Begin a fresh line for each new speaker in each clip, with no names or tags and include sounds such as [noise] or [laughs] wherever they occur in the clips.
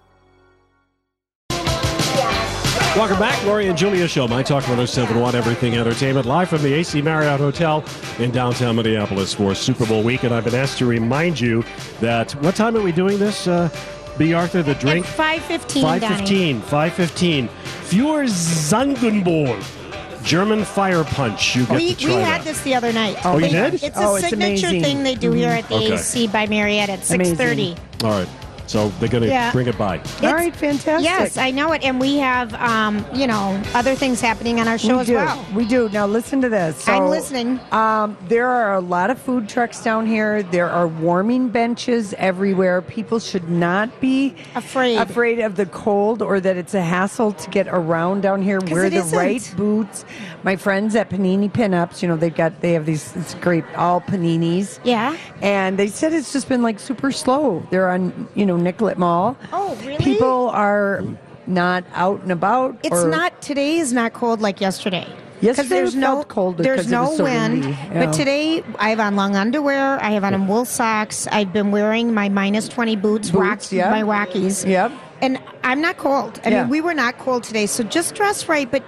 Welcome back, Lori and Julia Show, My Talk 1071, Everything Entertainment, live from the AC Marriott Hotel in downtown Minneapolis for Super Bowl week. And I've been asked to remind you that what time are we doing this? Uh, B. Arthur, the drink?
515,
515. 515. Für Zangenbowl. German fire punch. You get
We,
to try
we had
that.
this the other night.
Oh, you
They-
did?
It's Mm-hmm.
Oh,
a
it's
signature
amazing.
thing they do here at the
Okay.
AC by Marriott at 6.30.
All right. So they're going to
Yeah.
bring it by.
All right, fantastic.
Yes, I know it. And we have, um, you know, other things happening on our show
we
as
do.
well.
We do. Now listen to this.
I'm listening.
Um, there are a lot of food trucks down here. There are warming benches everywhere. People should not be
Afraid.
afraid of the cold or that it's a hassle to get around down here. Wear
it
the
isn't.
right boots. My friends at Panini Pinups, you know, they've got they have these it's great all paninis.
Yeah.
And they said it's just been like super slow. They're on, you know, Nicollet Mall.
Oh, really?
People are not out and about.
It's
or-
not today is not cold like yesterday. 'Cause
Yesterday
there's
felt
no
colder
There's
'cause it
no
was so
wind,
windy, yeah.
but today I have on long underwear. I have on wool socks. I've been wearing my minus twenty boots,
Boots,
rock-
yeah.
my Rockies.
Yep.
And I'm not cold. I
Yeah.
mean, we were not cold today, so just dress right. But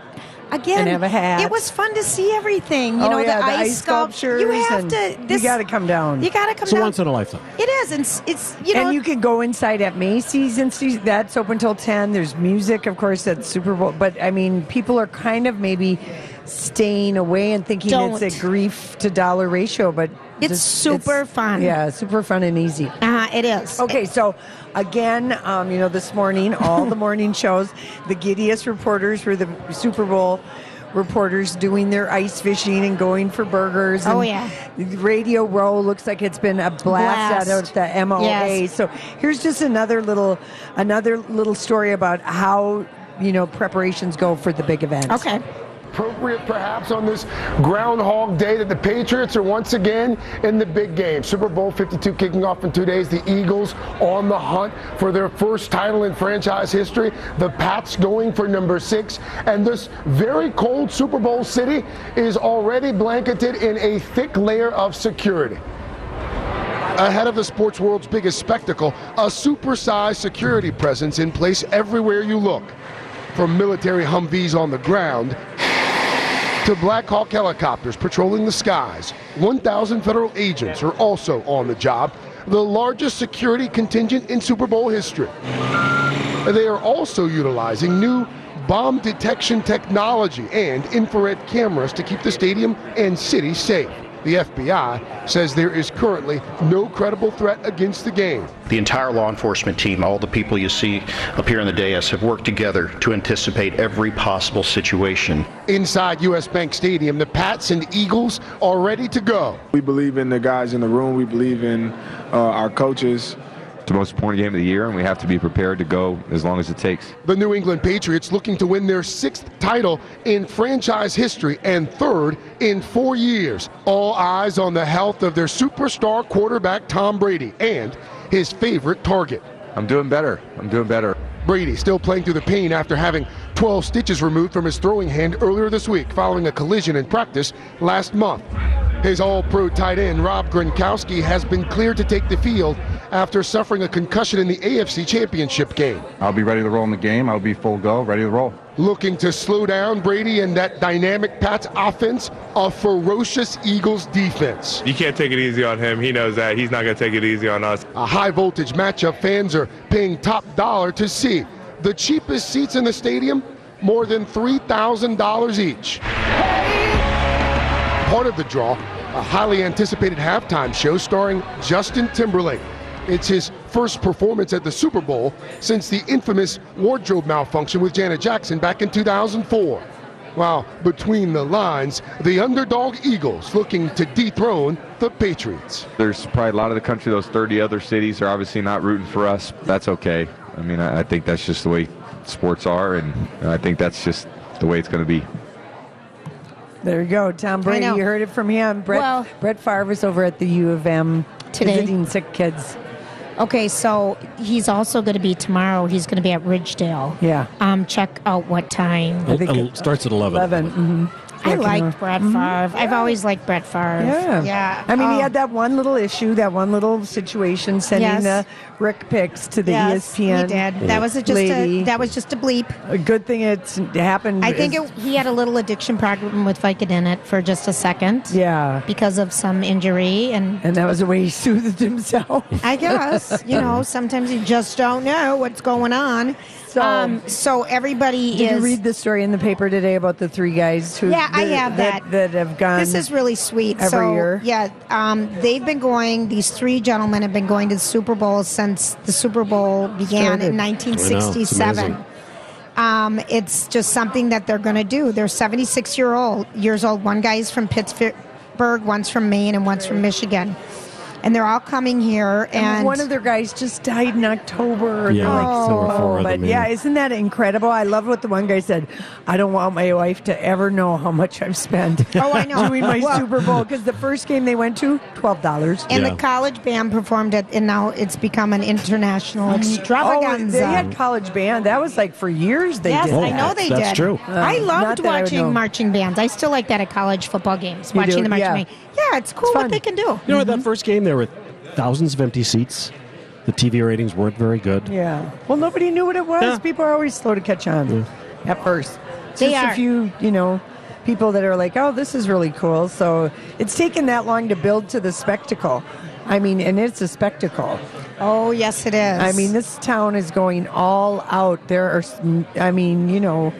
again,
And have a hat.
It was fun to see everything. You
Oh,
know,
yeah,
the,
the
ice,
ice
sculpt- You
sculptures
have
and
to.
you
This,
gotta come down.
You got to come
It's a
down.
once in a lifetime.
It is, and it's, it's you know.
and you can go inside at Macy's and see that's open till 10. There's music, of course, at Super Bowl. But I mean, people are kind of maybe staying away and thinking it's
Don't.
a grief to dollar ratio, but
It's super fun.
Yeah, super fun and easy.
uh, it is.
Okay, so again, um, you know, this morning, all
[laughs]
the morning shows, the giddiest reporters were the Super Bowl reporters doing their ice fishing and going for burgers.
Oh,
and
yeah.
Radio Row looks like it's been a blast,
Blast.
out of the MOA.
Yes.
So here's just another little, another little story about how you know preparations go for the big event.
Okay.
appropriate perhaps on this groundhog day that the Patriots are once again in the big game. Super Bowl 52 kicking off in two days. The Eagles on the hunt for their first title in franchise history. The Pats going for number six. And this very cold Super Bowl city is already blanketed in a thick layer of security ahead of the sports world's biggest spectacle, a supersized security presence in place everywhere you look. From military Humvees on the ground to Black Hawk helicopters patrolling the skies, 1,000 federal agents are also on the job, the largest security contingent in Super Bowl history. They are also utilizing new bomb detection technology and infrared cameras to keep the stadium and city safe. The FBI says there is currently no credible threat against the game.
The entire law enforcement team, all the people you see up here on the dais, have worked together to anticipate every possible situation.
Inside U.S. Bank Stadium, the Pats and Eagles are ready to go.
We believe in the guys in the room. We believe in uh, our coaches. It's the most important game of the year, and we have to be prepared to go as long as it takes.
The New England Patriots looking to win their sixth title in franchise history and third in four years. All eyes on the health of their superstar quarterback Tom Brady and his favorite target.
I'm doing better. I'm doing better.
Brady still playing through the pain after having 12 stitches removed from his throwing hand earlier this week following a collision in practice last month. His all pro tight end, Rob Gronkowski, has been cleared to take the field after suffering a concussion in the AFC Championship game.
I'll be ready to roll in the game. I'll be full go, ready to roll.
Looking to slow down Brady and that dynamic Pats offense, a ferocious Eagles defense.
You can't take it easy on him. He knows that. He's not going to take it easy on us.
A high voltage matchup fans are paying top dollar to see. The cheapest seats in the stadium, more than $3,000 each. Part of the draw, a highly anticipated halftime show starring Justin Timberlake. It's his first performance at the Super Bowl since the infamous wardrobe malfunction with Janet Jackson back in 2004. While between the lines, the underdog Eagles looking to dethrone the Patriots.
There's probably a lot of the country, those 30 other cities are obviously not rooting for us. That's okay. I mean, I, I think that's just the way sports are, and I think that's just the way it's going to be.
There you go, Tom Brady.
know.
You heard it from him. Brett,
Well-
Brett Favre is over at the U of M
Today.
visiting sick kids.
Okay, so he's also going to be tomorrow. He's going to be at Ridgedale.
Yeah.
Um, check out what time.
I think
El- starts at 11.
11. mhm.
I
Working on-
like Brett Favre. I've always liked Brett Favre.
Mm-hmm. Yeah.
Yeah.
I mean,
oh.
he had that one little issue, that one little situation, sending
Yes.
the Rick picks to the E
yes,
ESPN.
He did. That was a, just
lady.
a that was just a bleep.
A good thing it's happened.
I think
is-
it, he had a little addiction problem with Vicodin for just a second
Yeah.
because of some
[laughs]
injury, and
And that was the way he soothed himself.
I guess you know sometimes you just don't know what's going on.
So-
um, so everybody
Did
is.
you read the story in the paper today about the three guys who?
Yeah, I have that.
That, have gone.
This is really sweet.
Um, every
so,
year.
Yeah, um, they've been going. These three gentlemen have been going to the Super Bowl since the Super Bowl began
Started.
in
I
1967.
know,
um, it's just something that they're going to do. They're 76 year old years old. One guy is from Pittsburgh, one's from Maine, and one's from Michigan. And they're all coming here. And
one of their guys just died in October. Oh.
Yeah, like there were four of
but
them,
yeah,
yeah.
isn't that incredible? I love what the one guy said. I don't want my wife to ever know how much I've spent.
[laughs] Oh, I know.
doing my
Well-
Super Bowl because the first game they went to, twelve dollars.
and
Yeah.
the college band performed it, and now it's become an international extravaganza.
Oh, they had college band. That was like for years they
Yes,
did.
I
that.
know they
that's
did.
true.
I
not
loved
that I would
watching
know.
marching bands. I still like that at college football games,
You
watching
do?
the marching
Yeah.
band. Yeah, it's cool
fun.
what they can do.
You know, at that first game, there were thousands of empty seats. The TV ratings weren't very good.
Yeah. Well, nobody knew what it was.
Yeah.
People are always slow to catch on at first. It's
They
just a
are.
few, you know, people that are like, oh, this is really cool. So it's taken that long to build to the spectacle. I mean, and it's a spectacle.
Oh, yes, it is.
I mean, this town is going all out. There are, s- I mean, you know,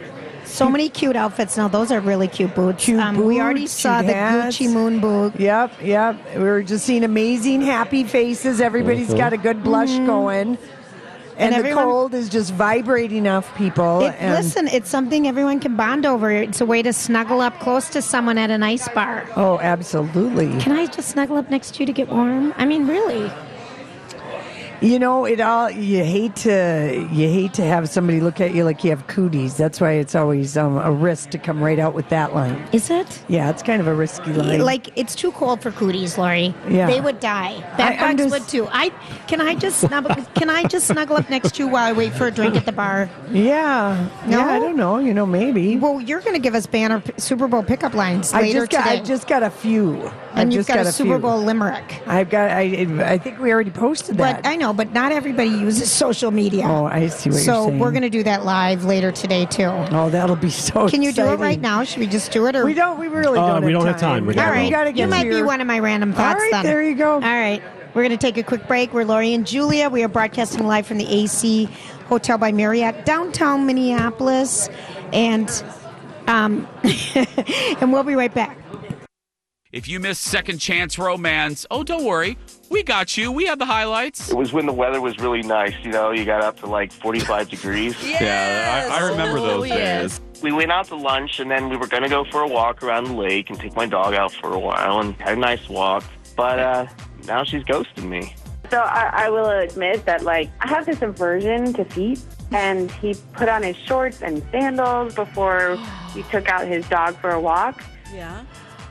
so many cute outfits. Now, those are really cute boots.
Cute
Um, we already
boots,
saw
cute
the
hats.
Gucci Moon boot.
yep, yep. We were just seeing amazing, happy faces. Everybody's got a good blush going. And,
Mm-hmm. And
the
everyone-
cold is just vibrating off people.
It,
and
listen, it's something everyone can bond over. It's a way to snuggle up close to someone at an ice bar.
Oh, absolutely.
Can I just snuggle up next to you to get warm? I mean, really.
You know, it all you hate to you hate to have somebody look at you like you have cooties. That's why it's always um, a risk to come right out with that line.
Is it?
Yeah, it's kind of a risky line.
Like it's too cold for cooties, Lori.
Yeah.
They would die.
I
That bugs
under-
would too. I can I just snuggle, can I just snuggle up next to you while I wait for a drink at the bar?
yeah,
No?
yeah, I don't know. You know, maybe.
Well, you're going to give us banner p- Super Bowl pickup lines
I
later
just got
today,
I just got a few. I've
and you've
just
got, a Super
few.
Bowl limerick.
I've got. I I think we already posted that.
But I know, but not everybody uses social media.
oh, I see what you're
so
saying.
we're going to do that live later today too.
Oh, that'll be so.
Can you do it
exciting.
right now? Should we just do it or?
We don't. We really
Uh,
don't.
we
have
don't
time.
have time. We
All
gotta
All
go.
right,
right,
we gotta get
you might
to
be
your-
one of my random thoughts.
All right,
then.
there you go.
All right, we're going to take a quick break. We're Lori and Julia. We are broadcasting live from the AC Hotel by Marriott, downtown Minneapolis, and um, [laughs] and we'll be right back.
If you miss Second Chance Romance, oh, don't worry. We got you. We have the highlights.
It was when the weather was really nice, you know, you got up to like 45 degrees.
Yeah, I, I remember those days.
We went out to lunch and then we were going to go for a walk around the lake and take my dog out for a while and had a nice walk. But uh, now she's ghosting me.
So I, I will admit that, like, I have this aversion to feet. And he put on his shorts and sandals before he took out his dog for a walk.
Yeah.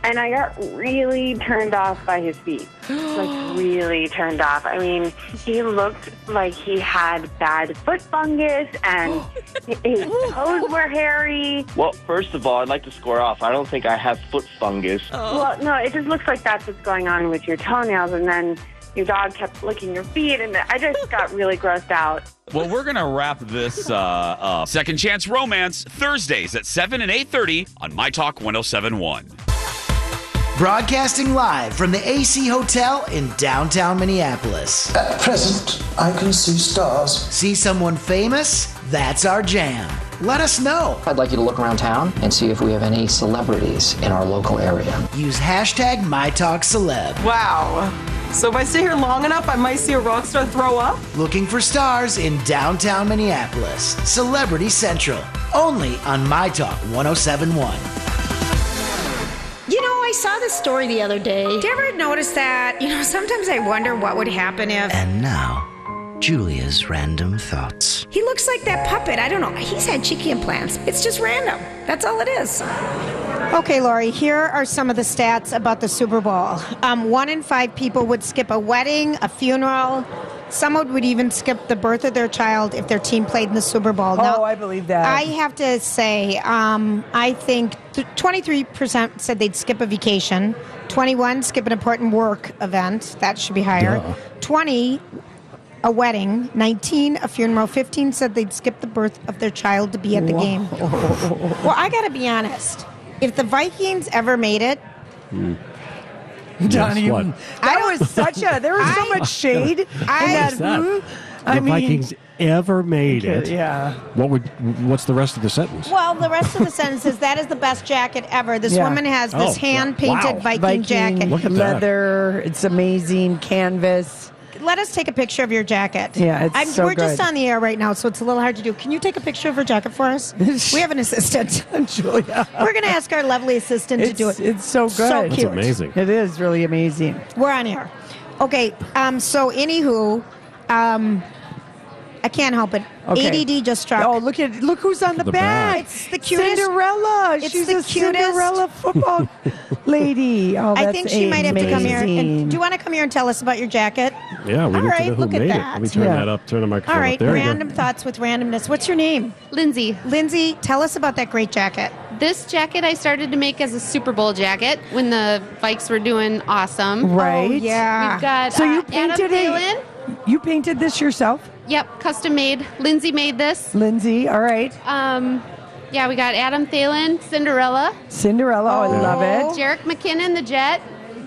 And I got really turned off by his feet. Like, really turned off. I mean, he looked like he had bad foot fungus and his toes were hairy.
Well, first of all, I'd like to score off. I don't think I have foot fungus.
Well, no, it just looks like that's what's going on with your toenails. And then your dog kept licking your feet. And I just got really grossed out.
Well, we're gonna wrap this uh, up. Second Chance oh Romance Thursdays at seven and eight thirty on My Talk 107.1.
broadcasting live from the AC Hotel in downtown Minneapolis. At present, I can see stars. See someone famous? That's our jam. Let us know.
I'd like you to look around town and see if we have any celebrities in our local area.
Use hashtag MyTalkCeleb. Wow. So if I stay here long enough, I might see a rock star throw up? Looking for stars in downtown Minneapolis. Celebrity Central. Only on oh My Talk 1071.
You know, I saw this story the other day. Did you ever notice that? You know, sometimes I wonder what would happen if.
And now, Julia's random thoughts.
He looks like that puppet. I don't know. He's had cheeky implants. It's just random. That's all it is.
Okay, Lori, here are some of the stats about the Super Bowl. Um, one in five people would skip a wedding, a funeral. Someone would even skip the birth of their child if their team played in the Super Bowl.
Oh, I believe that.
I have to say, um, I think th- 23% said they'd skip a vacation, 21 skip an important work event. That should be higher.
Duh.
20 a wedding, 19 a funeral, 15 said they'd skip the birth of their child to be at the game. Well, I got to be honest. If the Vikings ever made it,
Donnie,
what?
that was such a there was so much shade. in that,
What's that?
hmm.
The
I mean,
Vikings ever made it?
Okay, yeah.
What would? What's the rest of the sentence?
Well, the rest of the [laughs] sentence is that is the best jacket ever. This
Yeah.
woman has this hand painted Viking, jacket.
leather. It's amazing canvas.
Let us take a picture of your jacket.
Yeah, it's
I'm,
so
We're just
good.
on the air right now, so it's a little hard to do. Can you take a picture of her jacket
[laughs]
for us? we have an assistant, [laughs]
Julia.
We're going to ask our lovely assistant to do it.
It's- It's so good.
So cute.
It is really amazing.
We're on air. Okay. Um, so, anywho, um, I can't help it.
Okay.
ADD just struck. Oh,
look at look who's on the, back.
It's the cutest.
Cinderella.
It's
She's
the
a
cutest.
Cinderella [laughs] football lady. Oh,
I
that's
think she might have to come here. And, do you want to come here and tell us about your jacket?
Yeah, we
All
need
right,
to know who
look at
made it.
that.
Let me turn
Yeah.
that up. Turn the microphone
All right,
up. There you go.
random thoughts with randomness. What's your name? Lindsay. Lindsay, tell us about that great jacket.
This jacket I started to make as a Super Bowl jacket when the Vikes were doing awesome.
Right. Oh, yeah.
We've got
So
uh,
you
Adam
painted it-
Thielen.
You painted this yourself,
Yep, custom made. Lindsay made uh, this.
Lindsay. All right.
Um, yeah, we got Adam Thalen, Cinderella.
Cinderella. Oh, I love it.
Jarek McKinnon, the Jet.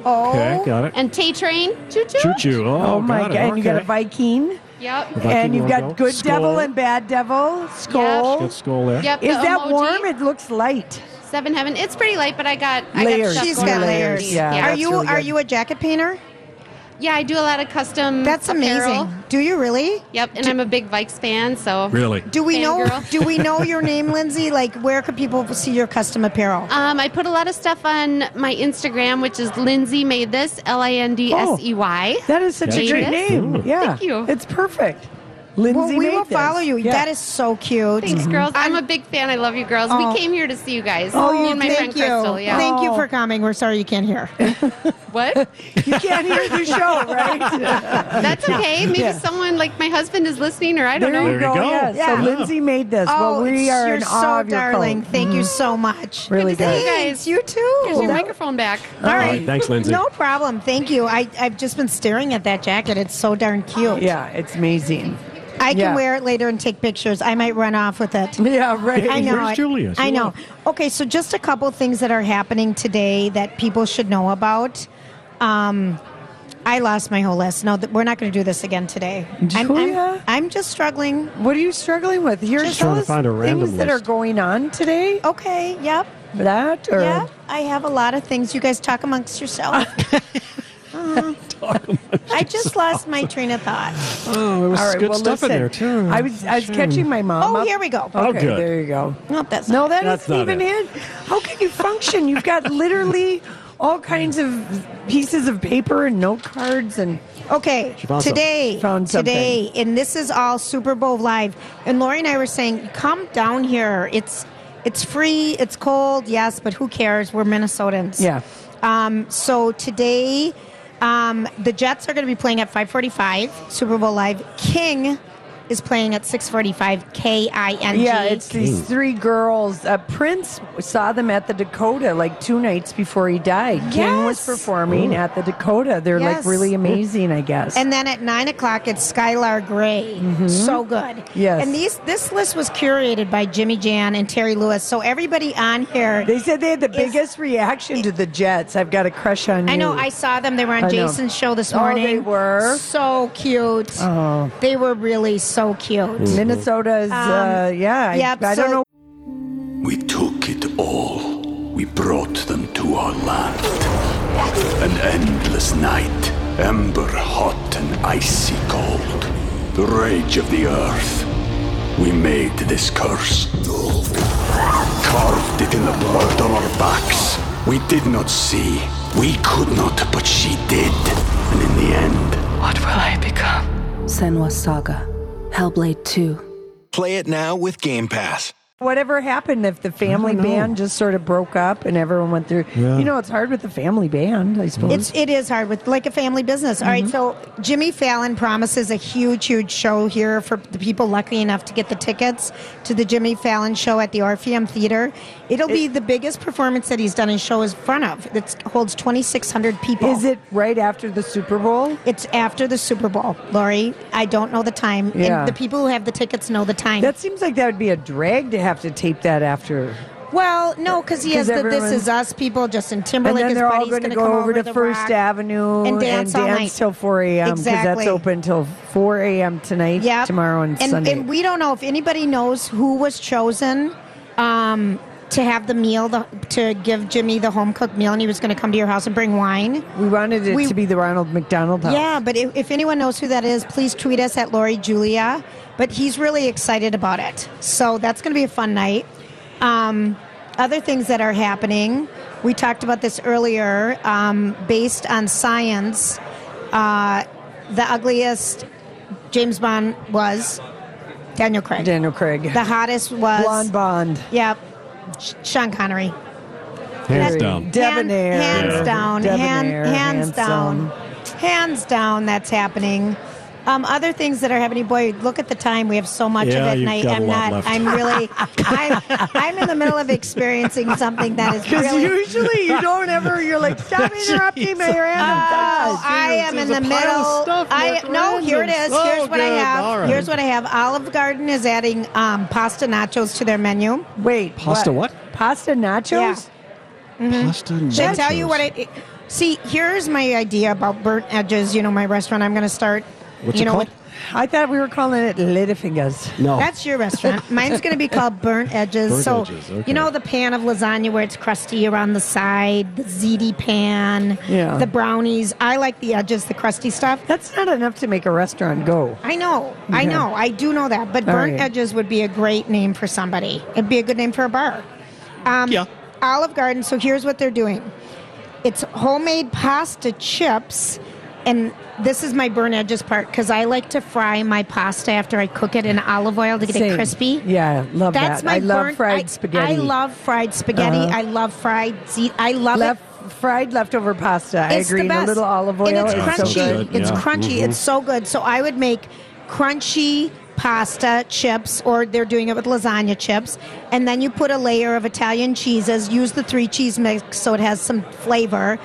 Oh.
Okay, got it.
And Tay Train. Choo choo.
Choo-choo. Oh,
my
got
God.
it.
And you got a
Okay.
Viking.
Yep.
Viking
and you've
logo.
got good
Skull.
devil and bad devil. Skull.
Good skull there.
Yep,
Is
the
that
emoji.
warm? It looks light.
Seven Heaven. It's pretty light, but I got I got
Layers.
stuff
She's
going
got
on.
layers. Yeah,
Yeah.
are you are you a jacket painter?
Yeah, I do a lot of custom.
That's amazing.
Mm-hmm. apparel.
Do you really?
Yep, and I'm a big Vikes fan, so
Really?
Do we know
Fangirl.
do we know your name, Lindsay? Like where could people see your custom apparel?
Um, I put a lot of stuff on my Instagram, which is Lindsay made this L I N D S E Y.
Oh, That is such a great name. Yeah.
Thank you.
It's perfect. Lindsay
well, we
made
will
this.
follow you.
Yeah.
That is so cute.
Thanks, girls. I'm a big fan. I love you, girls.
Oh.
We came here to see you guys.
Oh,
me
you-
and my
thank
friend
you.
Crystal. Yeah.
Thank
Oh.
you for coming. We're sorry you can't hear. [laughs]
what?
You can't hear the show, right?
That's okay. Maybe
Yeah.
someone like my husband is listening, or I
There
don't know.
you go. Yes.
Yeah.
So Lindsay made this.
Oh,
well, we
it's-
are
you're
in
so
awe of your
darling.
color.
Thank you so much.
Really
Thanks,
good.
you too.
Here's your microphone back.
All
All
right.
right, thanks, Lindsay.
No problem. Thank you. I, I've just been staring at that jacket. It's so darn cute.
Yeah, it's amazing.
I can
Yeah.
wear it later and take pictures. I might run off with it.
Yeah, right.
I know.
Where's
it.
Julia?
I know. Okay, so just a couple things that are happening today that people should know about. Um, I lost my whole list. No, th- we're not going to do this again today. I'm, I'm,
Julia?
I'm just struggling.
What are you struggling with? Here,
Just
tell
trying to
us
find a random
things that are
list.
going on today.
Okay. Yep.
That or
Oh. Yeah, I have a lot of things. You guys talk amongst
[laughs]
yourself. Uh, I just lost my train of thought.
Oh, there was
All right,
good
well,
stuff in
listen,
there too.
I was I was
Sure.
catching my mom.
Oh,
up.
here we go.
Oh,
Okay,
good.
there you go.
No, that's
no,
not-
that
That's
not
not
even it. How can you function? You've got literally all kinds of pieces of paper and note cards and.
Okay,
She found
today,
something. Found something.
today, and this is all Super Bowl live. And Lori and I were saying, come down here. It's it's free. It's cold, yes, but who cares? We're Minnesotans.
Yeah.
Um, so today, um, the Jets are going to be playing at 5:45 Super Bowl live. King is playing at 645 KING.
Yeah, it's these three girls. Uh, Prince saw them at the Dakota like two nights before he died. King was
Yes.
performing
Ooh.
at the Dakota. They're like
Yes.
really amazing, I guess.
And then at nine o'clock, it's Skylar Gray.
Mhm.
So good.
Yes.
And these this list was curated by Jimmy Jan and Terry Lewis. So everybody on here.
They said they had the biggest reaction to the Jets. I've got a crush on you.
I know. I saw them. They were on
I know.
Jason's show this
Oh,
morning.
they were?
so cute.
Oh.
They were really so cute.
Mhm. [laughs] Minnesota's, uh, yeah, I-
Um, Yep,
I don't
so-
know
We took it all. We brought them to our land. An endless night, ember hot and icy cold. The rage of the earth. We made this curse. Carved it in the blood on our backs. We did not see. We could not, but she did. And in the end,
What will I become? Senwa Saga, Hellblade 2.
Play it now with Game Pass.
Whatever happened if the family
know.
band just sort of broke up and everyone went through.
Yeah.
You know, it's hard with the family band, I suppose.
It's it is hard with like a family business. All
Mm-hmm.
right, so Jimmy Fallon promises a huge, huge show here for the people lucky enough to get the tickets to the Jimmy Fallon show at the Orpheum Theater. It'll be the biggest performance that he's done in show is front of. That holds twenty six hundred people.
Is it right after the Super Bowl?
It's after the Super Bowl, Lori. I don't know the time.
Yeah.
And the people who have the tickets know the time.
that seems like that would be a drag to have to tape that after.
well, no, because he has
'Cause
the This
everyone-
Is Us people, Justin
and
Timberlake,
then
his
they're all
buddy's
going
going
to go
come
over to
the
First
Rock.
Avenue
and dance all night.
till 4 a.m. because
Exactly.
that's open till 4 a.m. tonight,
Yep.
tomorrow, and, Sunday.
And we don't know if anybody knows who was chosen um, to have the meal, the, to give Jimmy the home cooked meal, and he was going to come to your house and bring wine.
We wanted it
We-
to be the Ronald McDonald House.
Yeah, but if, if anyone knows who that is, please tweet us at Lori Julia. But he's really excited about it. So that's going to be a fun night. Um, other things that are happening, we talked about this earlier, um, based on science, uh, the ugliest James Bond was Daniel Craig.
Daniel Craig.
The hottest was.
Blonde Bond.
Yep. Sh- Sean Connery.
Hands
That-
down.
Debonair.
Hand- hands
Yeah.
down. Hand-
Debonair,
hands
handsome.
down. Hands down, that's happening. Um, other things that are happening, boy, look at the time. We have so much
Yeah,
of it,
you've
and I,
got a
I'm
lot
not.
left.
I'm really. I'm, I'm in the middle of experiencing something that is
Because
really.
usually you don't ever, you're like, stop interrupting my random
Oh,
thoughts."
I am in
There's a
the
pile of
middle.
stuff
I
left
no, here it is.
random.
Here's
Oh,
what I
good.
have.
All right.
Here's what I have. Olive Garden is adding um, pasta nachos to their menu.
Wait,
Pasta what?
Pasta nachos?
Mm-hmm.
Pasta
Should I
nachos.
tell you what I it- see? Here's my idea about burnt edges. You know, my restaurant. I'm going to start.
What's
you
it
know,
called?
with-
I thought we were calling it Littlefinger's.
No.
That's your restaurant. Mine's going to be called Burnt Edges.
Oh. Burnt
so,
Edges, okay.
you know, the pan of lasagna where it's crusty around the side, the ziti pan,
Yeah.
the brownies. I like the edges, the crusty stuff.
That's not enough to make a restaurant go.
I know, I
Okay.
know, I do know that. But
All
burnt
right.
edges would be a great name for somebody. It'd be a good name for a bar. Um, yeah. Olive Garden. So here's what they're doing. It's homemade pasta chips, and this is my burnt edges part because I like to fry my pasta after I cook it in olive oil to get it
Same.
crispy.
Yeah, love
That's
that.
my
I love
burnt-
fried
I-
spaghetti.
I love fried spaghetti.
Uh-huh.
I love fried. ze- I love
Left,
it.
fried leftover pasta. I
It's the
agree. and
best.
A little olive oil.
And it's
is
crunchy.
So good.
It's crunchy.
Mm-hmm.
It's so good. So I would make crunchy pasta chips, or they're doing it with lasagna chips, and then you put a layer of Italian cheeses. Use the three cheese mix so it has some flavor.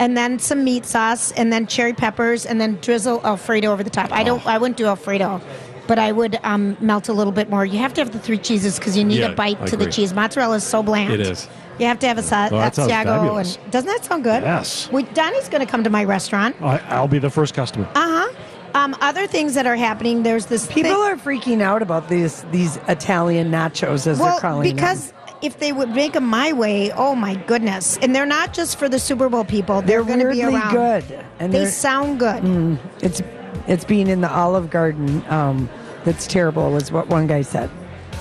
And then some meat sauce, and then cherry peppers, and then drizzle Alfredo over the top. I don't. I wouldn't do Alfredo, but I would um, melt a little bit more. You have to have the three cheeses because you need
Yeah,
a bite
I
to the
agree.
cheese. Mozzarella is so bland.
It is.
You have to have a sa-
Oh, that sounds
Asiago.
fabulous.
And, doesn't that sound good?
Yes.
We, Donnie's going to come to my restaurant.
I, I'll be the first customer.
Uh huh. Um, other things that are happening, there's this
People
thing-
are freaking out about these these Italian nachos as
well,
they're calling them.
because if they would make them my way, oh my goodness. And they're not just for the Super Bowl people, they're, going to be
weirdly
around.
good, and
they
they're-
sound good.
Mm, it's it's being in the Olive Garden um, that's terrible, is what one guy said.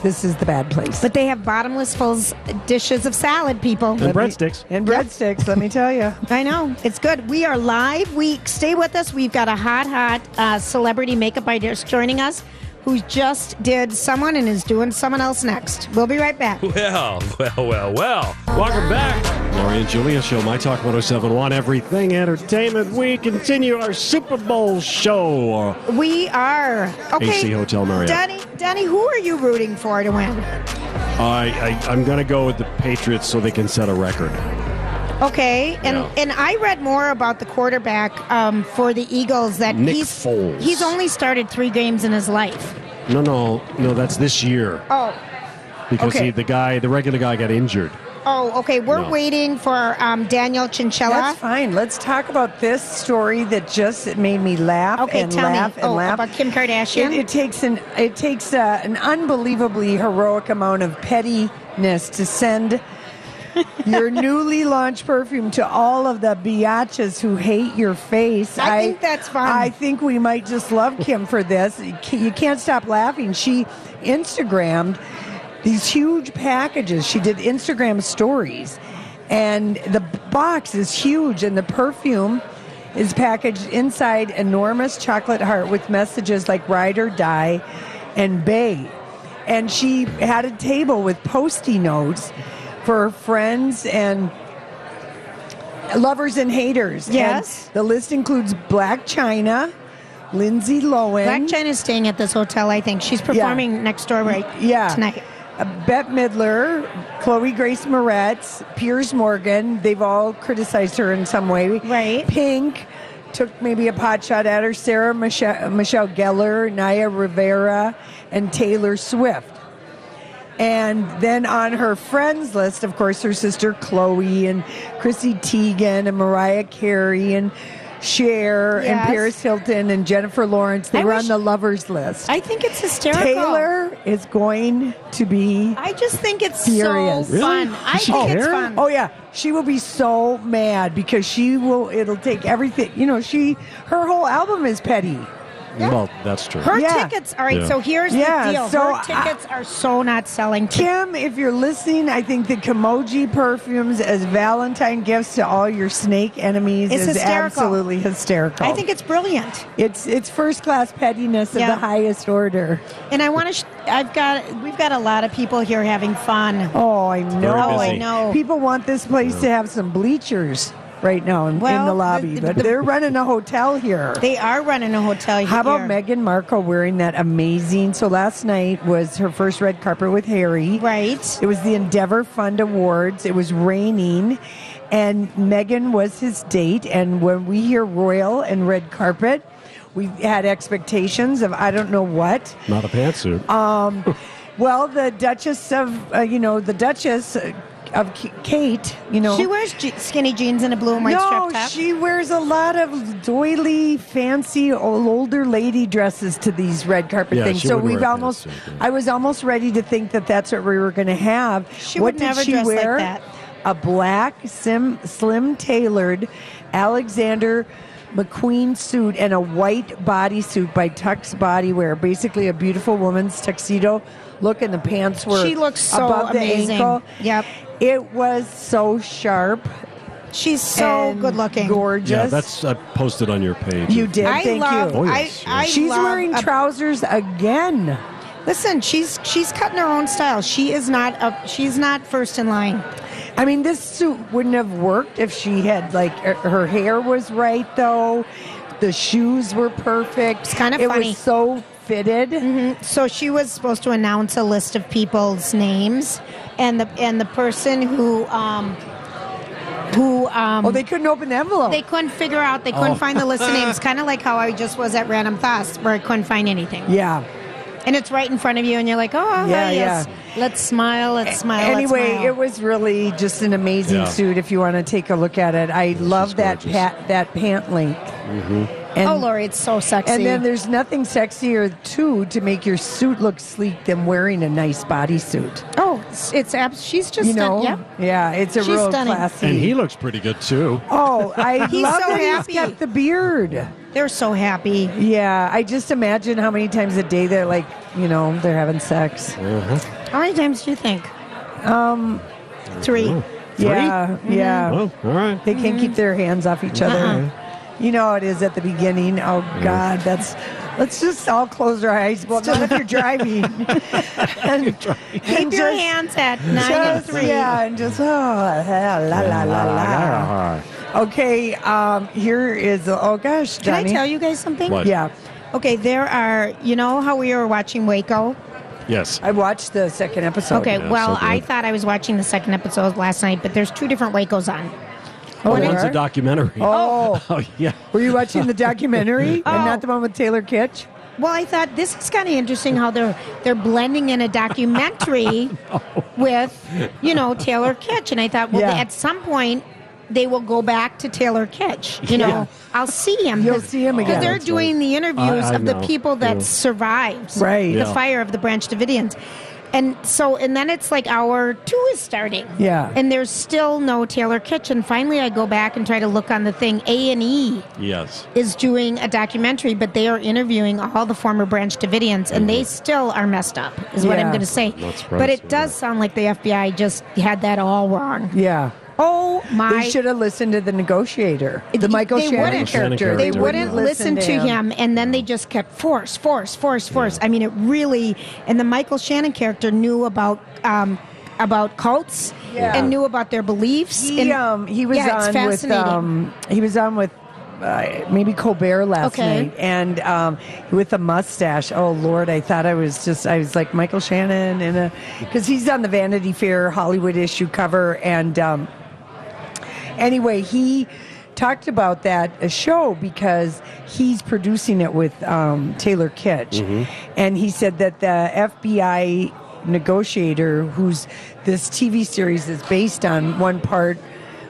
This is the bad place.
But they have bottomless fulls, dishes of salad, people.
And Let me- breadsticks. and breadsticks, let me tell you.
I know. It's good. We are live. We Stay with us. We've got a hot, hot uh, celebrity makeup artist joining us who just did someone and is doing someone else next. We'll be right back.
Well, well, well, well. Welcome back. Lori and Julia Show, My Talk 1071, Everything Entertainment. We continue our Super Bowl show. Uh,
We are okay.
AC Hotel Marriott.
Danny, Danny, who are you rooting for to win?
I, I, I'm going to go with the Patriots so they can set a record.
Okay, and
Yeah.
and I read more about the quarterback um, for the Eagles that
Nick
he's
Foles.
he's only started three games in his life.
No, no, no, that's this year
Oh,
because
okay.
he, the guy, the regular guy got injured.
oh, okay. We're
No.
waiting for um, Daniel Chinchilla.
That's fine. Let's talk about this story that just made me laugh
Okay,
and
tell me.
laugh and
Oh,
laugh
about Kim Kardashian?
It, it takes an it takes uh, an unbelievably heroic amount of pettiness to
[laughs]
send your newly launched perfume to all of the biatches who hate your face.
I think that's fun.
I think we might just love Kim for this. You ca- You can't stop laughing. She Instagrammed these huge packages. She did Instagram stories, and the box is huge, and the perfume is packaged inside enormous chocolate heart with messages like "Ride or Die" and "Bay." And she had a table with post-it notes for her friends and lovers and haters.
Yes.
And the list includes Black China, Lindsay Lohan.
Black China's staying at this hotel, I think. She's performing next door right
yeah.
tonight.
Uh, Bette Midler, Chloe Grace Moretz, Piers Morgan, they've all criticized her in some way. Right. Pink took maybe a pot shot at her, Sarah Michelle, Michelle Gellar, Naya Rivera, and Taylor Swift. And then on her friends list, of course, her sister Chloe and Chrissy Teigen and Mariah Carey and Cher
Yes.
and Paris Hilton and Jennifer Lawrence. They
I
were
wish-
on the lovers list.
I think it's hysterical.
Taylor is going to be.
I just think it's
furious.
so fun. I think it's fun.
Oh yeah, she will be so mad because she will. It'll take everything. You know, she her whole album is petty.
Well, that's true.
Her
Yeah.
tickets. All right.
Yeah.
So here's
Yeah,
the deal.
so
Her tickets are so not selling.
Kim, if you're listening, I think the Kimoji perfumes as Valentine gifts to all your snake enemies
It's
is
hysterical.
absolutely hysterical.
I think it's brilliant.
it's it's first class pettiness
Yeah.
of the highest order.
And I want to. Sh- I've got. We've got a lot of people here having fun.
Oh, I know.
Oh, I know.
People want this place to have some bleachers right now in,
Well,
in the lobby,
the-
but
the-
they're running a hotel here.
They are running a hotel here.
How about Meghan Markle wearing that amazing? So last night was her first red carpet with Harry.
Right.
It was the Endeavor Fund Awards. It was raining, and Meghan was his date. And when we hear royal and red carpet, we had expectations of I don't know what.
Not a pantsuit.
Um, well, the Duchess of uh, you know the Duchess uh, of K- Kate, you know
She wears je- skinny jeans and a blue and white
no,
striped top.
she wears a lot of doily, fancy, old, older lady dresses to these red carpet
Yeah,
things.
she
So
wouldn't
we've
wear a
almost, I was almost ready to think that that's what we were going to have.
She
what
would
did
never
she
dress like
wear?
that.
A black, sim, slim tailored Alexander McQueen suit and a white bodysuit by Tux Bodywear. Basically, a beautiful woman's tuxedo look, and the pants were
She looks so
above
amazing.
the ankle.
Yep.
It was so sharp.
She's so
and
good looking.
Gorgeous.
yeah, that's I posted on your page.
you did.
I
Thank
love.
you.
Oh, yes,
I, I
She's
love
wearing
a-
trousers again.
Listen, she's she's cutting her own style. She is not a, she's not first in line.
I mean, this suit wouldn't have worked if she had like her, her hair was right though. The shoes were perfect. It's
kind of
it
funny. Mm-hmm.
was so fitted.
So she was supposed to announce a list of people's names, and the and the person who um, who um,
oh they couldn't open the envelope.
They couldn't figure out. They couldn't
Oh.
find the list of
[laughs]
names. Kind of like how I just was at Random Thoughts, where I couldn't find anything.
Yeah.
And it's right in front of you, and you're like, oh,
Yeah,
yeah, yes.
yeah.
Let's smile. Let's smile. let's
anyway,
smile.
it was really just an amazing
Yeah.
suit. If you want to take a look at it, I love that
gorgeous.
pat, that pant link.
Mm-hmm.
And-
oh, Lori, it's so sexy.
And then there's nothing sexier too to make your suit look sleek than wearing a nice bodysuit.
oh, it's, it's abs- she's just
you know,
done- yeah.
yeah, it's a
She's
real
stunning.
classy.
And he looks pretty good too.
oh, I
[laughs] He's
love
so
that
happy.
he's kept the beard.
They're so happy.
Yeah, I just imagine how many times a day they're like, you know, they're having sex.
How many times do you think?
Um,
Three.
Yeah,
Mm-hmm.
yeah.
Oh, all right.
They can't keep their hands off each other.
Uh-uh.
You know how it is at the beginning. Oh God, that's Let's just all close our eyes. Well, not if you're
[laughs]
driving. [laughs] and,
Keep your hands at nine and
just-
three.
Yeah, and just, oh, la, la, la, la, la. Okay, um, here is, oh gosh,
Can I
Johnny.
tell you guys something?
What? Yeah.
Okay, there are, you know how we were watching
Oh,
Waco?
Yes.
I watched the second episode.
okay, well, I thought I was watching the second episode last night, but there's two different Wacos on.
Oh,
What
one's
are-
a documentary.
[laughs] Oh.
oh [laughs] yeah.
Were you watching the [laughs] documentary and
Oh.
not the one with Taylor Kitsch?
Well, I thought this is kind of interesting how they're they're blending in
[laughs]
a documentary with, you know, Taylor Kitsch, and I thought, well,
Yeah.
at some point they will go back to Taylor Kitsch. You know,
Yeah.
I'll see him.
You'll see him
because
again.
they're
That's
doing
right.
the interviews
I- I
of the
know.
people that
Yeah.
survived
Right.
the
Yeah.
fire of the Branch Davidians. And so, and then it's like hour two is starting.
Yeah.
and there's still no Taylor Kitsch. And finally, I go back and try to look on the thing A and E
Yes.
is doing a documentary, but they are interviewing all the former Branch Davidians, and they still are messed up, is what
Mm.
I'm
Yeah.
going to say.
Not surprised,
But it does sound like the FBI just had that all wrong.
Yeah.
Oh my!
they should have listened to the negotiator, the Michael
They
Shannon
wouldn't.
character.
They wouldn't listen to him, and then they just kept force, force, force, force. I mean, it really. And the Michael Shannon character knew about. Um, about cults
Yeah.
and knew about their beliefs.
He,
and,
um, he was
yeah,
on
it's
with
fascinating.
um, he was on with uh, maybe Colbert last
Okay.
night, and um, with a mustache. Oh Lord, I thought I was just I was like Michael Shannon, and because he's on the Vanity Fair Hollywood issue cover, and um, anyway, he talked about that uh, show because he's producing it with um, Taylor Kitsch,
Mm-hmm.
and he said that the FBI negotiator, who's this TV series is based on one part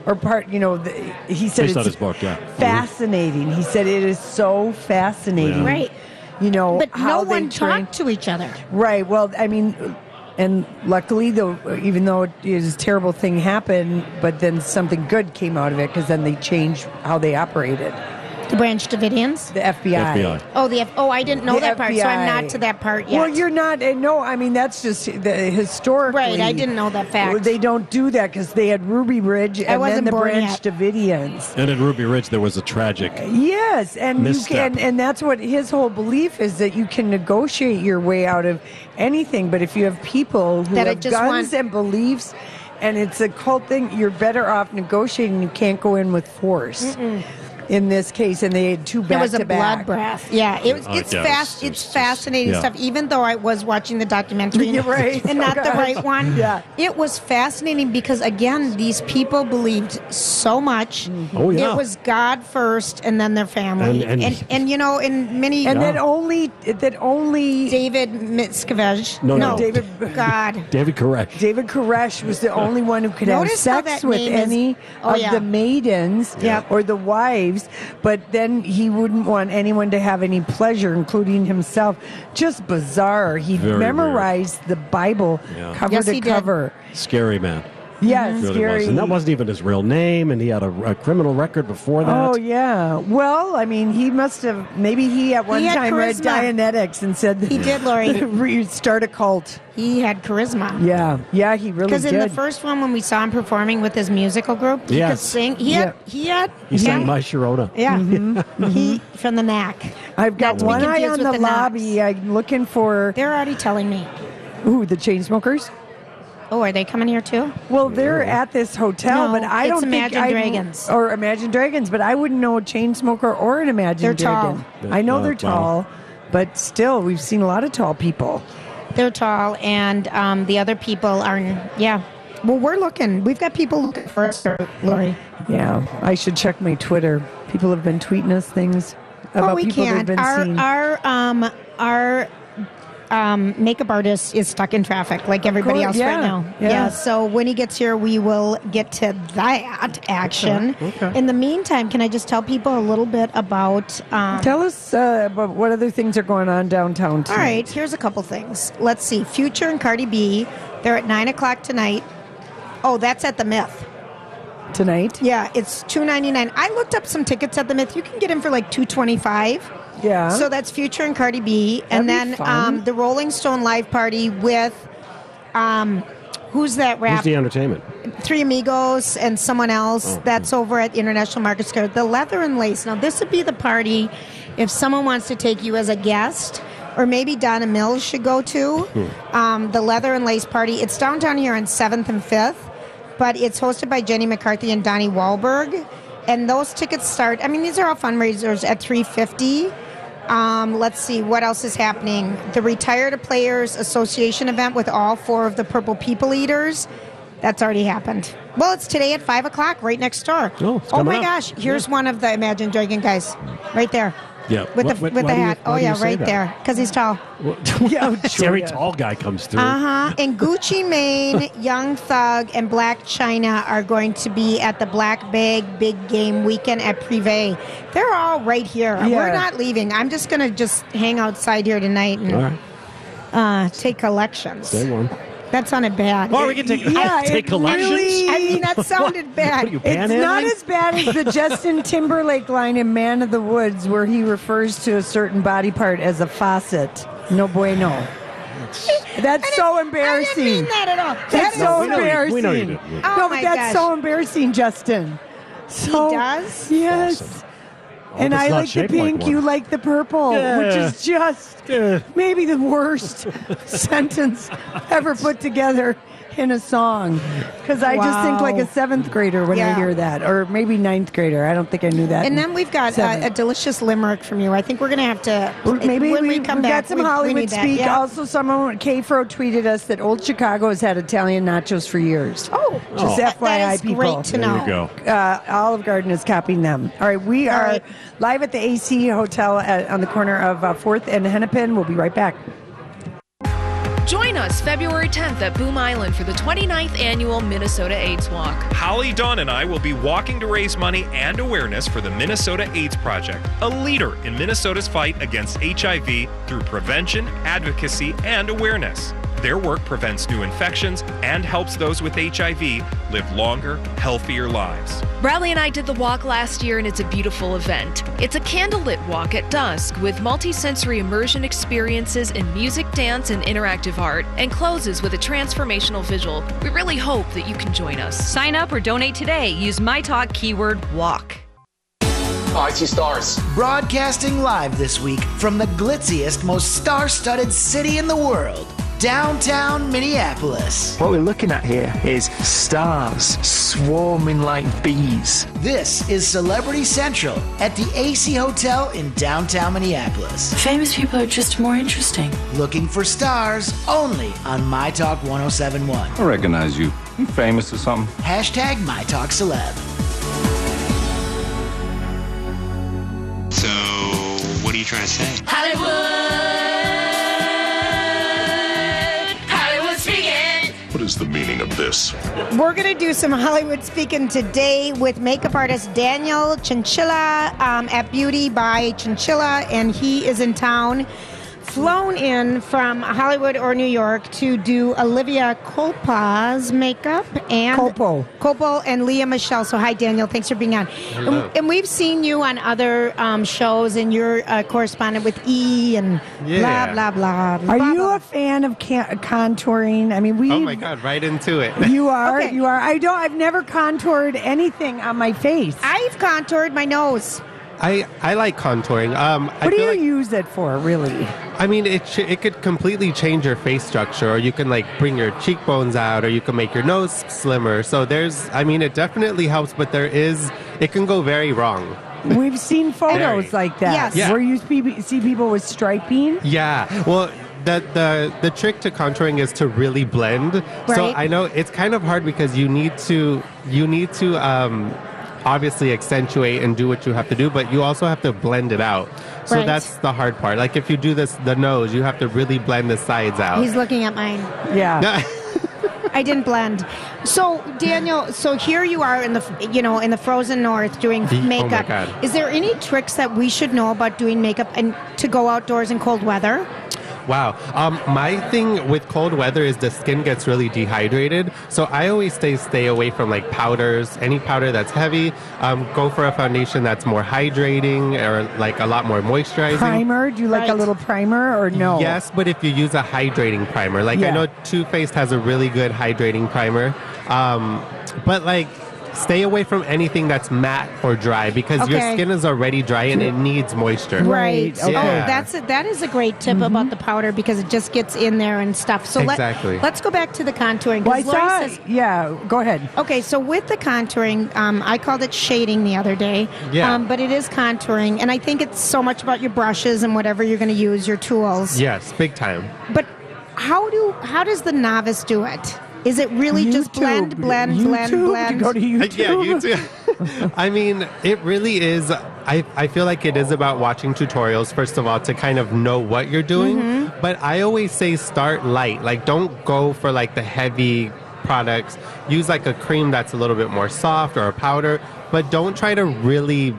or part, you know, the, he said
Based on
it's
his book, yeah. Mm-hmm.
fascinating. He said it is so fascinating,
Yeah. Right.
You know,
But
how
no
they
one
train-
talked to each other.
Right. Well, I mean, and luckily, though, even though it is a terrible thing happened, but then something good came out of it because then they changed how they operated.
The Branch Davidians,
the FBI.
FBI. Oh, the F- oh, I didn't know
The
that part, so I'm
FBI.
not to that part yet.
Well, you're not. uh, No, I mean that's just the historically.
Right, I didn't know that fact.
They don't do that because they had Ruby Ridge and then
wasn't
the
born
Branch
yet.
Davidians.
And in Ruby Ridge, there was a tragic.
Yes, and you
Misstep.
can, and that's what his whole belief is that you can negotiate your way out of anything. But if you have people who
That I
have
just
guns
want-
and beliefs, and it's a cult thing, you're better off negotiating. You can't go in with force.
Mm-mm.
In this case, and they had two
It
back
was a
to back.
bloodbath. Yeah, it was.
Oh,
It's
yeah,
fast. It's, fascinating
yeah.
stuff. Even though I was watching the
[laughs]
documentary,
You're right.
[laughs] and not
Oh,
the
gosh.
right one.
Yeah.
it was fascinating because again, these people believed so much.
Oh, yeah.
it was God first, and then their family,
And- and-
and, and, you know, in many,
And then only that only
David Miscavige.
No, no.
David.
David-
God.
David Koresh.
David Koresh was the only one who could
Notice how
have
that
sex with
name is-
any
Oh,
of
yeah.
the maidens or the wives, but then he wouldn't want anyone to have any pleasure, including himself. Just bizarre. He
Very
memorized the Bible
Yeah.
cover
Yes,
to
he did.
cover.
Scary man.
Yeah, Mhm.
Really was.
scary.
And that wasn't even his real name, and he had a, a criminal record before that.
Oh yeah. Well, I mean, he must have. Maybe he at one
had
time read
charisma.
Dianetics and said
He did, Lori.
[laughs] Re- start a cult.
He had charisma.
Yeah, yeah, he really
Because
did.
in the first one, when we saw him performing with his musical group, he could
Yes.
sing. He had, he had,
He sang
yeah.
My Sharona.
Yeah,
Mm-hmm.
he from the knack.
I've got
Not to be
one eye
confused
on
with
the,
the Knox.
lobby. I'm looking for.
They're already telling me.
Ooh, the chain smokers.
Oh, are they coming here too?
Well, they're at this hotel,
No,
but I
it's
don't think
Imagine
I-
Dragons.
or Imagine Dragons, but I wouldn't know a chain smoker or an Imagine
They're tall.
Dragon.
They're-
I know
uh,
they're
wow.
tall, but still, we've seen a lot of tall people.
They're tall, and um, the other people are. Yeah. Well, we're looking. We've got people looking for us, Lori.
Yeah, I should check my Twitter. People have been tweeting us things about
oh, we
people
can't.
they've been
our
seeing.
our um our um makeup artist is stuck in traffic like everybody
course,
else
yeah,
right now.
yeah.
So when he gets here, we will get to that action.
okay.
In the meantime, can I just tell people a little bit about? Um,
Tell us uh, about what other things are going on downtown.
all
Tonight.
right, here's a couple things. Let's see. Future and Cardi B, they're at nine o'clock tonight. Oh, that's at the Myth.
Tonight?
Yeah, it's two ninety nine. I looked up some tickets at the Myth. You can get them for like two twenty five.
Yeah.
So that's Future and Cardi B, and
That'd be
then
fun.
um, the Rolling Stone live party with um, who's that
Who's
rap?
the entertainment?
Three Amigos and someone else.
Oh.
That's over at International Market Square. The Leather and Lace. Now this would be the party if someone wants to take you as a guest, or maybe Donna Mills should go to um, the Leather and Lace Party. It's downtown here on 7th and 5th, but it's hosted by Jenny McCarthy and Donnie Wahlberg. And those tickets start, I mean, these are all fundraisers at 350 um, let's see what else is happening. The Retired Players Association event with all four of the Purple People Eaters. That's already happened. Well, it's today at five o'clock, right next door.
Oh, it's coming
my
up.
gosh! Here's one of the Imagine Dragon guys, right there.
Yeah.
With
Wh-
the
wh-
with
why
the
do you-
hat.
why
oh
do you
yeah,
say
right
that?
there, because he's tall.
[laughs] yeah, Terry Tall guy comes through.
Uh huh. And Gucci Mane, Young Thug, and Black China are going to be at the Black Bag Big Game Weekend at Privé. They're all right here. We're
Yeah.
not leaving. I'm just gonna just hang outside here tonight and
All right.
uh, take collections.
Stay warm.
That sounded bad.
Oh, we can take-
Yeah,
[laughs] take
it
collections?
really-
I
[laughs]
mean, that sounded bad.
What are you,
It's not
panhandling?
as bad as the Justin Timberlake line in Man of the Woods, where he refers to a certain body part as a faucet. No bueno. That's so embarrassing.
I didn't mean that at all. That
That's
is
so
so-
embarrassing.
we know you didn't. Yeah.
Oh
no,
my
but that's
gosh.
so embarrassing, Justin. So,
does?
Yes. And
it's
I
not
like the
shaped like
pink,
one.
you like the purple, which
Yeah.
is just maybe the
[laughs]
worst sentence ever put together in a song. Because I just think like
Wow.
a seventh grader when I
Yeah.
hear that, or maybe ninth grader. I don't think I knew that. in
And then we've got uh,
seventh.
a delicious limerick from you. I think we're going to have to.
Maybe
when
we-
we, come
we've
back,
got some
we- we
Hollywood
need that,
speak.
yeah.
Also, someone K Fro tweeted us that Old Chicago has had Italian nachos for years.
Oh,
just
Oh.
FYI,
That is
people.
great to There you know.
Uh, Olive Garden is copying them. All right, we are live at the AC Hotel at, on the corner of uh, Fourth and Hennepin. We'll be right back.
Join us February 10th at Boom Island for the 29th annual Minnesota AIDS Walk.
Holly, Dawn, and I will be walking to raise money and awareness for the Minnesota AIDS Project, a leader in Minnesota's fight against HIV through prevention, advocacy, and awareness. Their work prevents new infections and helps those with HIV live longer, healthier lives.
Bradley and I did the walk last year, and it's a beautiful event. It's a candlelit walk at dusk with multisensory immersion experiences in music, dance, and interactive art, and closes with a transformational visual. We really hope that you can join us.
Sign up or donate today. Use my talk keyword walk.
RT Stars. Broadcasting live this week from the glitziest, most star studded city in the world, downtown Minneapolis.
What we're looking at here is stars swarming like bees.
This is Celebrity Central at the AC Hotel in downtown Minneapolis.
Famous people are just more interesting.
Looking for stars only on My Talk 1071.
I recognize you. You famous or something?
Hashtag My Talk Celeb.
So, what are you trying to say?
Hollywood! Hollywood speaking!
What is the meaning of this?
We're going to do some Hollywood speaking today with makeup artist Daniel Chinchilla um, at Beauty by Chinchilla, and he is in town, flown in from Hollywood or New York to do Olivia Colpa's makeup and Copo, Copo, and Leah Michelle. So, hi Daniel, thanks for being on.
Hello.
And, and we've seen you on other um, shows, and you're uh, correspondent with E and
Yeah.
blah blah blah.
Are you a fan of ca- contouring? I mean, we.
Oh my god, right into it.
[laughs] You are. You are. I don't. I've never contoured anything on my face.
I've contoured my nose.
I I like contouring. Um I
What do
feel
you
like,
use it for, really?
I mean it ch- it could completely change your face structure or you can like bring your cheekbones out or you can make your nose slimmer. So there's I mean it definitely helps but there is it can go very wrong.
We've seen photos
Very.
like that
Yes. Yeah.
where you see see people with striping.
Yeah. Well, the, the the trick to contouring is to really blend. So
Right.
I know it's kind of hard because you need to you need to um, obviously accentuate and do what you have to do, but you also have to blend it out. So
Right.
that's the hard part. Like if you do this the nose, you have to really blend the sides out.
He's looking at mine.
Yeah.
I didn't blend. So Daniel, so here you are in the you know in the frozen north doing
Oh my
makeup.
God.
Is there any tricks that we should know about doing makeup and to go outdoors in cold weather?
Wow. Um, my thing with cold weather is the skin gets really dehydrated. So I always say stay away from like powders, any powder that's heavy.
Uh,
Um, go for a foundation that's more hydrating or like a lot more moisturizing.
Primer? Do you like a little primer or no?
Yes, but if you use a hydrating primer, like I
Yeah.
know Too Faced has a really good hydrating primer, um, but like Stay away from anything that's matte or dry because your
Okay.
skin is already dry and it needs moisture.
Right. Oh,
Yeah.
that's a, that is a great tip about the powder because it just gets in there and stuff. So
Exactly.
let, let's go back to the contouring. 'cause
Well, I
Lori
saw-
says-
yeah, go ahead.
Okay, so with the contouring, um, I called it shading the other day.
Yeah.
Um, but it is contouring, and I think it's so much about your brushes and whatever you're going to use, your tools.
Yes, big time.
But how do how does the novice do it? Is it really just blend, blend, blend,
YouTube. You
blend?
go to Yeah, YouTube. I mean, it really is. I, I feel like it is about watching tutorials, first of all, to kind of know what you're doing.
Mm-hmm.
But I always say start light. Like, don't go for like the heavy products. Use like a cream that's a little bit more soft or a powder, but don't try to really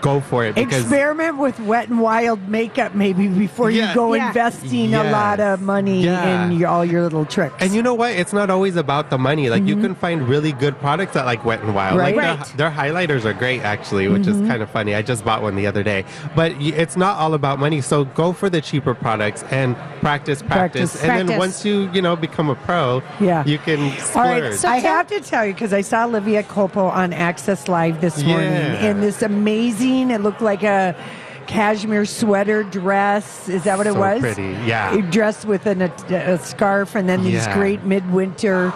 go for it because.
Experiment with wet and wild makeup maybe before
Yeah.
you go
Yeah.
investing a
Yes.
lot of money
Yeah.
in your, all your little tricks.
And you know what? It's not always about the money. Like you can find really good products at like Wet and Wild.
Right.
Like
Right.
their, their highlighters are great actually, which
Mhm.
is kind of funny. I just bought one the other day. But y- it's not all about money. So go for the cheaper products and practice, practice,
Practice.
and then
Practice.
once you you know become a pro,
Yeah.
you can
All
splurge.
right, I have to tell you because I saw Olivia Copo on Access Live this morning
Yeah.
in this amazing. It looked like a cashmere sweater dress. Is that what it
So
was?
pretty, yeah.
It dressed with an, a, a scarf and then these
Yeah.
great midwinter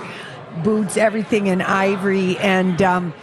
boots, everything in ivory, and um,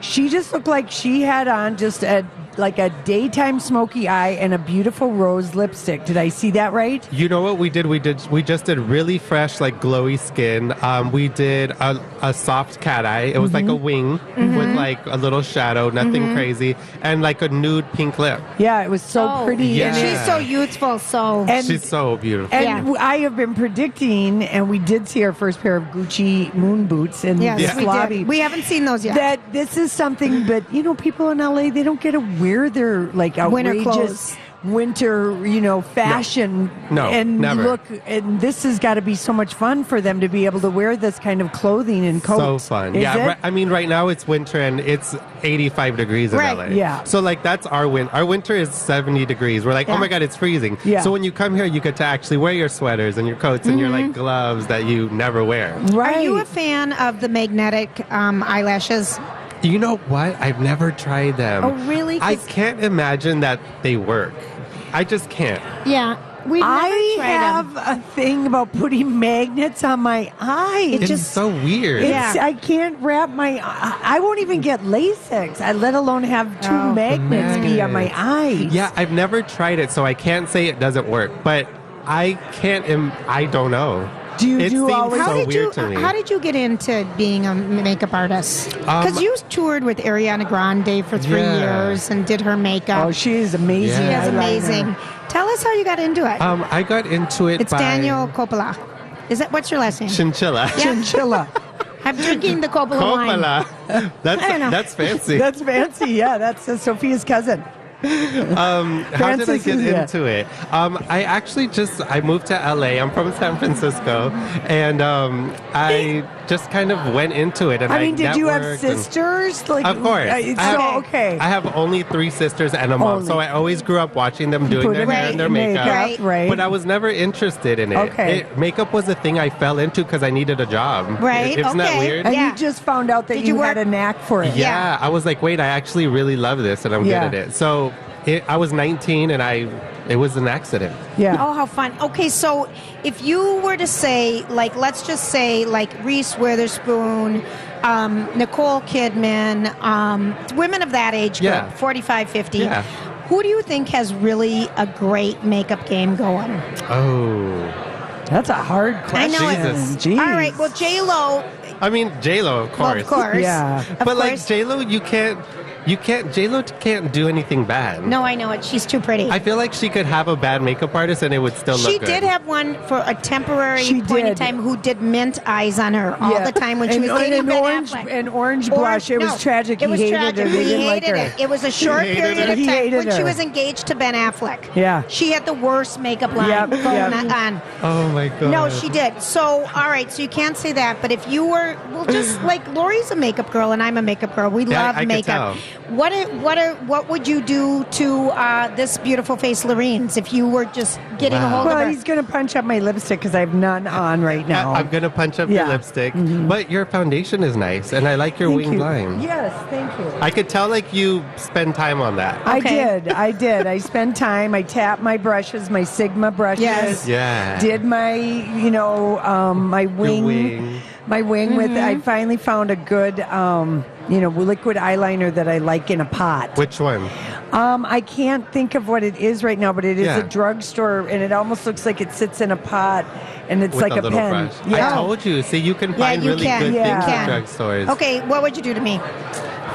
she just looked like she had on just a like a daytime smoky eye and a beautiful rose lipstick. Did I see that right?
You know what we did? We did. We just did really fresh, like glowy skin. Um, we did a, a soft cat eye. It was like a wing with like a little shadow, nothing
Mhm.
crazy, and like a nude pink lip.
Yeah, it was so
Oh,
pretty.
Yeah.
and She's so youthful. So
She's so beautiful.
And w- I have been predicting, and we did see our first pair of Gucci moon boots in
Yes,
this
we
lobby.
did. We haven't seen those yet.
That this is something, but you know, people in LA they don't get to wear their like
Winter
outrageous
clothes.
winter, you know, fashion.
No,
and
never.
look, and this has got to be so much fun for them to be able to wear this kind of clothing and coats.
So fun.
Is
yeah.
it?
ri- I mean, right now it's winter and it's 85 degrees in
Right,
LA.
yeah.
So, like, that's our win. Our winter is 70 degrees. We're like, oh
Yeah.
my God, it's freezing.
Yeah.
So, when you come here, you get to actually wear your sweaters and your coats and your, like, gloves that you never wear.
Are you a fan of the magnetic um, eyelashes?
You know what? I've never tried them.
Oh, really?
I
'Cause-
can't imagine that they work. I just can't.
Yeah, we.
I
um
have a thing about putting magnets on my eye.
it's so weird.
It's, I can't wrap my. I I won't even get LASIX. I let alone have two
Oh,
magnets be on my eyes.
Yeah, I've never tried it, so I can't say it doesn't work. But I can't. Im- I don't know.
Do you
it
do
seems
always-
so
how did
weird
you
to me.
how did you get into being a makeup artist? Because
Um,
you toured with Ariana Grande for three
Yeah.
years and did her makeup.
Oh, she is amazing.
Yeah.
She is amazing. Tell us how you got into it.
um, I got into it
it's
by
Daniel Coppola. Is that what's your last name?
Chinchilla.
[laughs]
Chinchilla.
I'm drinking the Coppola, wine.
Coppola. That's
I don't know.
that's fancy.
that's fancy. Yeah, that's uh, Sophia's cousin.
um, how did I
Francis
get
is it.
into it? Um, I actually just I moved to LA. I'm from San Francisco, and um, I just kind of went into it. And
I mean, did you have
networked and-
sisters? Like,
of course.
uh,
I
so
have-
okay.
I have only three sisters and a mom, so I always grew up watching them doing
Put
their
it
hair
in
and their
makeup,
makeup.
Right. right.
But I was never interested in it.
Okay.
It- makeup was a thing I fell into because I needed a job.
Right,
It, isn't that weird?
And you just found out that you, had a knack for it.
Yeah, I was like, wait, I actually really love this, and I'm
Yeah.
good at it. So it, I was 19, and I it was an accident.
Oh, how fun. Okay, so if you were to say, like, let's just say, like, Reese Witherspoon, um, Nicole Kidman, um, women of that age group,
Yeah.
45, 50,
Yeah.
who do you think has really a great makeup game going?
Oh,
that's a hard
I know it.
Jesus.
All right, well, J-Lo,
I mean, J Lo, of
Well,
course.
of course. Yeah. Of
but like
course.
J Lo, you can't, you can't. J Lo can't do anything bad.
no, I know it. She's too pretty.
I feel like she could have a bad makeup artist and it would still
she
look good.
did have one for a temporary point in time who did mint eyes on her all
Yeah.
the time when she
And-
was
and
dating
an
Ben
orange-
Affleck.
an orange blush. It was tragic.
It
He
was
hated
tragic.
her. He
He
didn't like
hated
her.
it. It was a
He
short
hated
period
her.
of
He
time
hated
when she
her.
was engaged to Ben Affleck.
Yeah.
she had the worst makeup line
Yep,
going
yep.
on.
Oh my god.
No, she did. So, all right. So you can't
[laughs]
say that. But if you were, well, just like Lori's a makeup girl and I'm a makeup girl, we
Yeah, I-
love
I could
makeup.
tell.
What i- what are, what would you do to uh, this beautiful face, Lorene's, if you were just getting a hold of
well,
her?
he's going to punch up my lipstick because I have none on right now.
I, am gonna punch up your lipstick, but your foundation is nice, and I like your
Thank
winged
you.
line.
Yes, thank you.
I could tell like you spend time on that.
I did. I did. I spent time. I tapped my brushes, my Sigma brushes.
Yes. Yeah.
Did my, you know, um, my wing,
wing.
my wing with.
Mhm.
I finally found a good, um, you know, liquid eyeliner that I like in a pot.
Which one?
Um, I can't think of what it is right now, but it is
Yeah.
a drugstore, and it almost looks like it sits in a pot, and it's
With
like a,
little
pen.
brush. I told you. See, you can find
you
really
can.
good
Yeah. You
things at drugstores.
Okay, what would you do to me?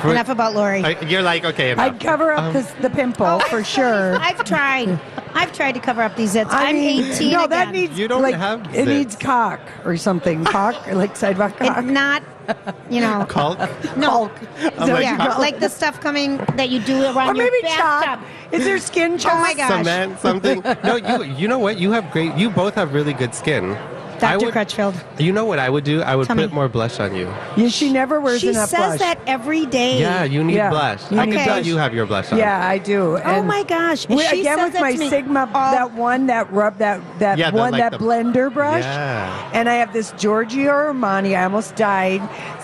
Enough about Lori.
I- You're like okay.
I'd
Enough.
cover up
Um,
this, the pimple for [laughs] sure. I've tried. I've tried to cover up these zits. I am 18
No,
again.
that needs like, it needs cock or
[laughs]
something. Cock like sidewalk cock.
not, you
[laughs]
know.
Caulk?
No,
Oh my
yeah,
God.
like the stuff coming that you do around
Or
your
maybe chalk.
bathtub.
Is there skin
[gasps] Oh my gosh!
[laughs]
Cement, something. No, you. You know what? You have great. You both have really good skin. Doctor
Crutchfield.
You know what I would do? I would
Tell
put
me.
more blush on you.
Yeah, she never wears
She
enough
says
blush.
that every day.
Yeah, you need blush. I can
need
tell
blush.
you have your blush on.
Yeah, I do. And
Oh my gosh,
we-
she
again
says
with
that
my
to me
Sigma, that one, that rub, that that
Yeah, the-
one,
like
that
the-
blender brush.
Yeah.
And I have this Giorgio Armani. I almost died.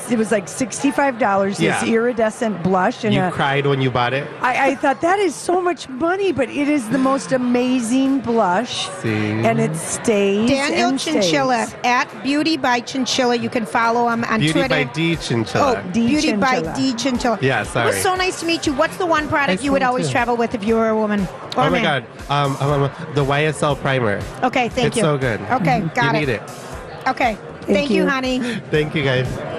It was like sixty-five dollars.
Yeah.
This iridescent blush and
You
a.
cried when you bought it.
I, I thought that is so much money, but it is the most amazing blush,
See.
and it stays.
Daniel
and stays.
Chinchilla at Beauty by Chinchilla. You can follow him on
Beauty
Twitter.
by D Chinchilla.
Oh, Beauty by
Chinchilla.
D Chinchilla.
Yeah,
It
sorry.
was so nice to meet you. What's the one product
Nice
you would
to meet
always
you.
travel with if you were a woman or
oh
a
my
man?
god. Um, um, um, the YSL primer.
Okay, thank
it's
you.
so good.
Okay, got
you
it.
need it.
Okay, thank, you, honey.
Thank you guys.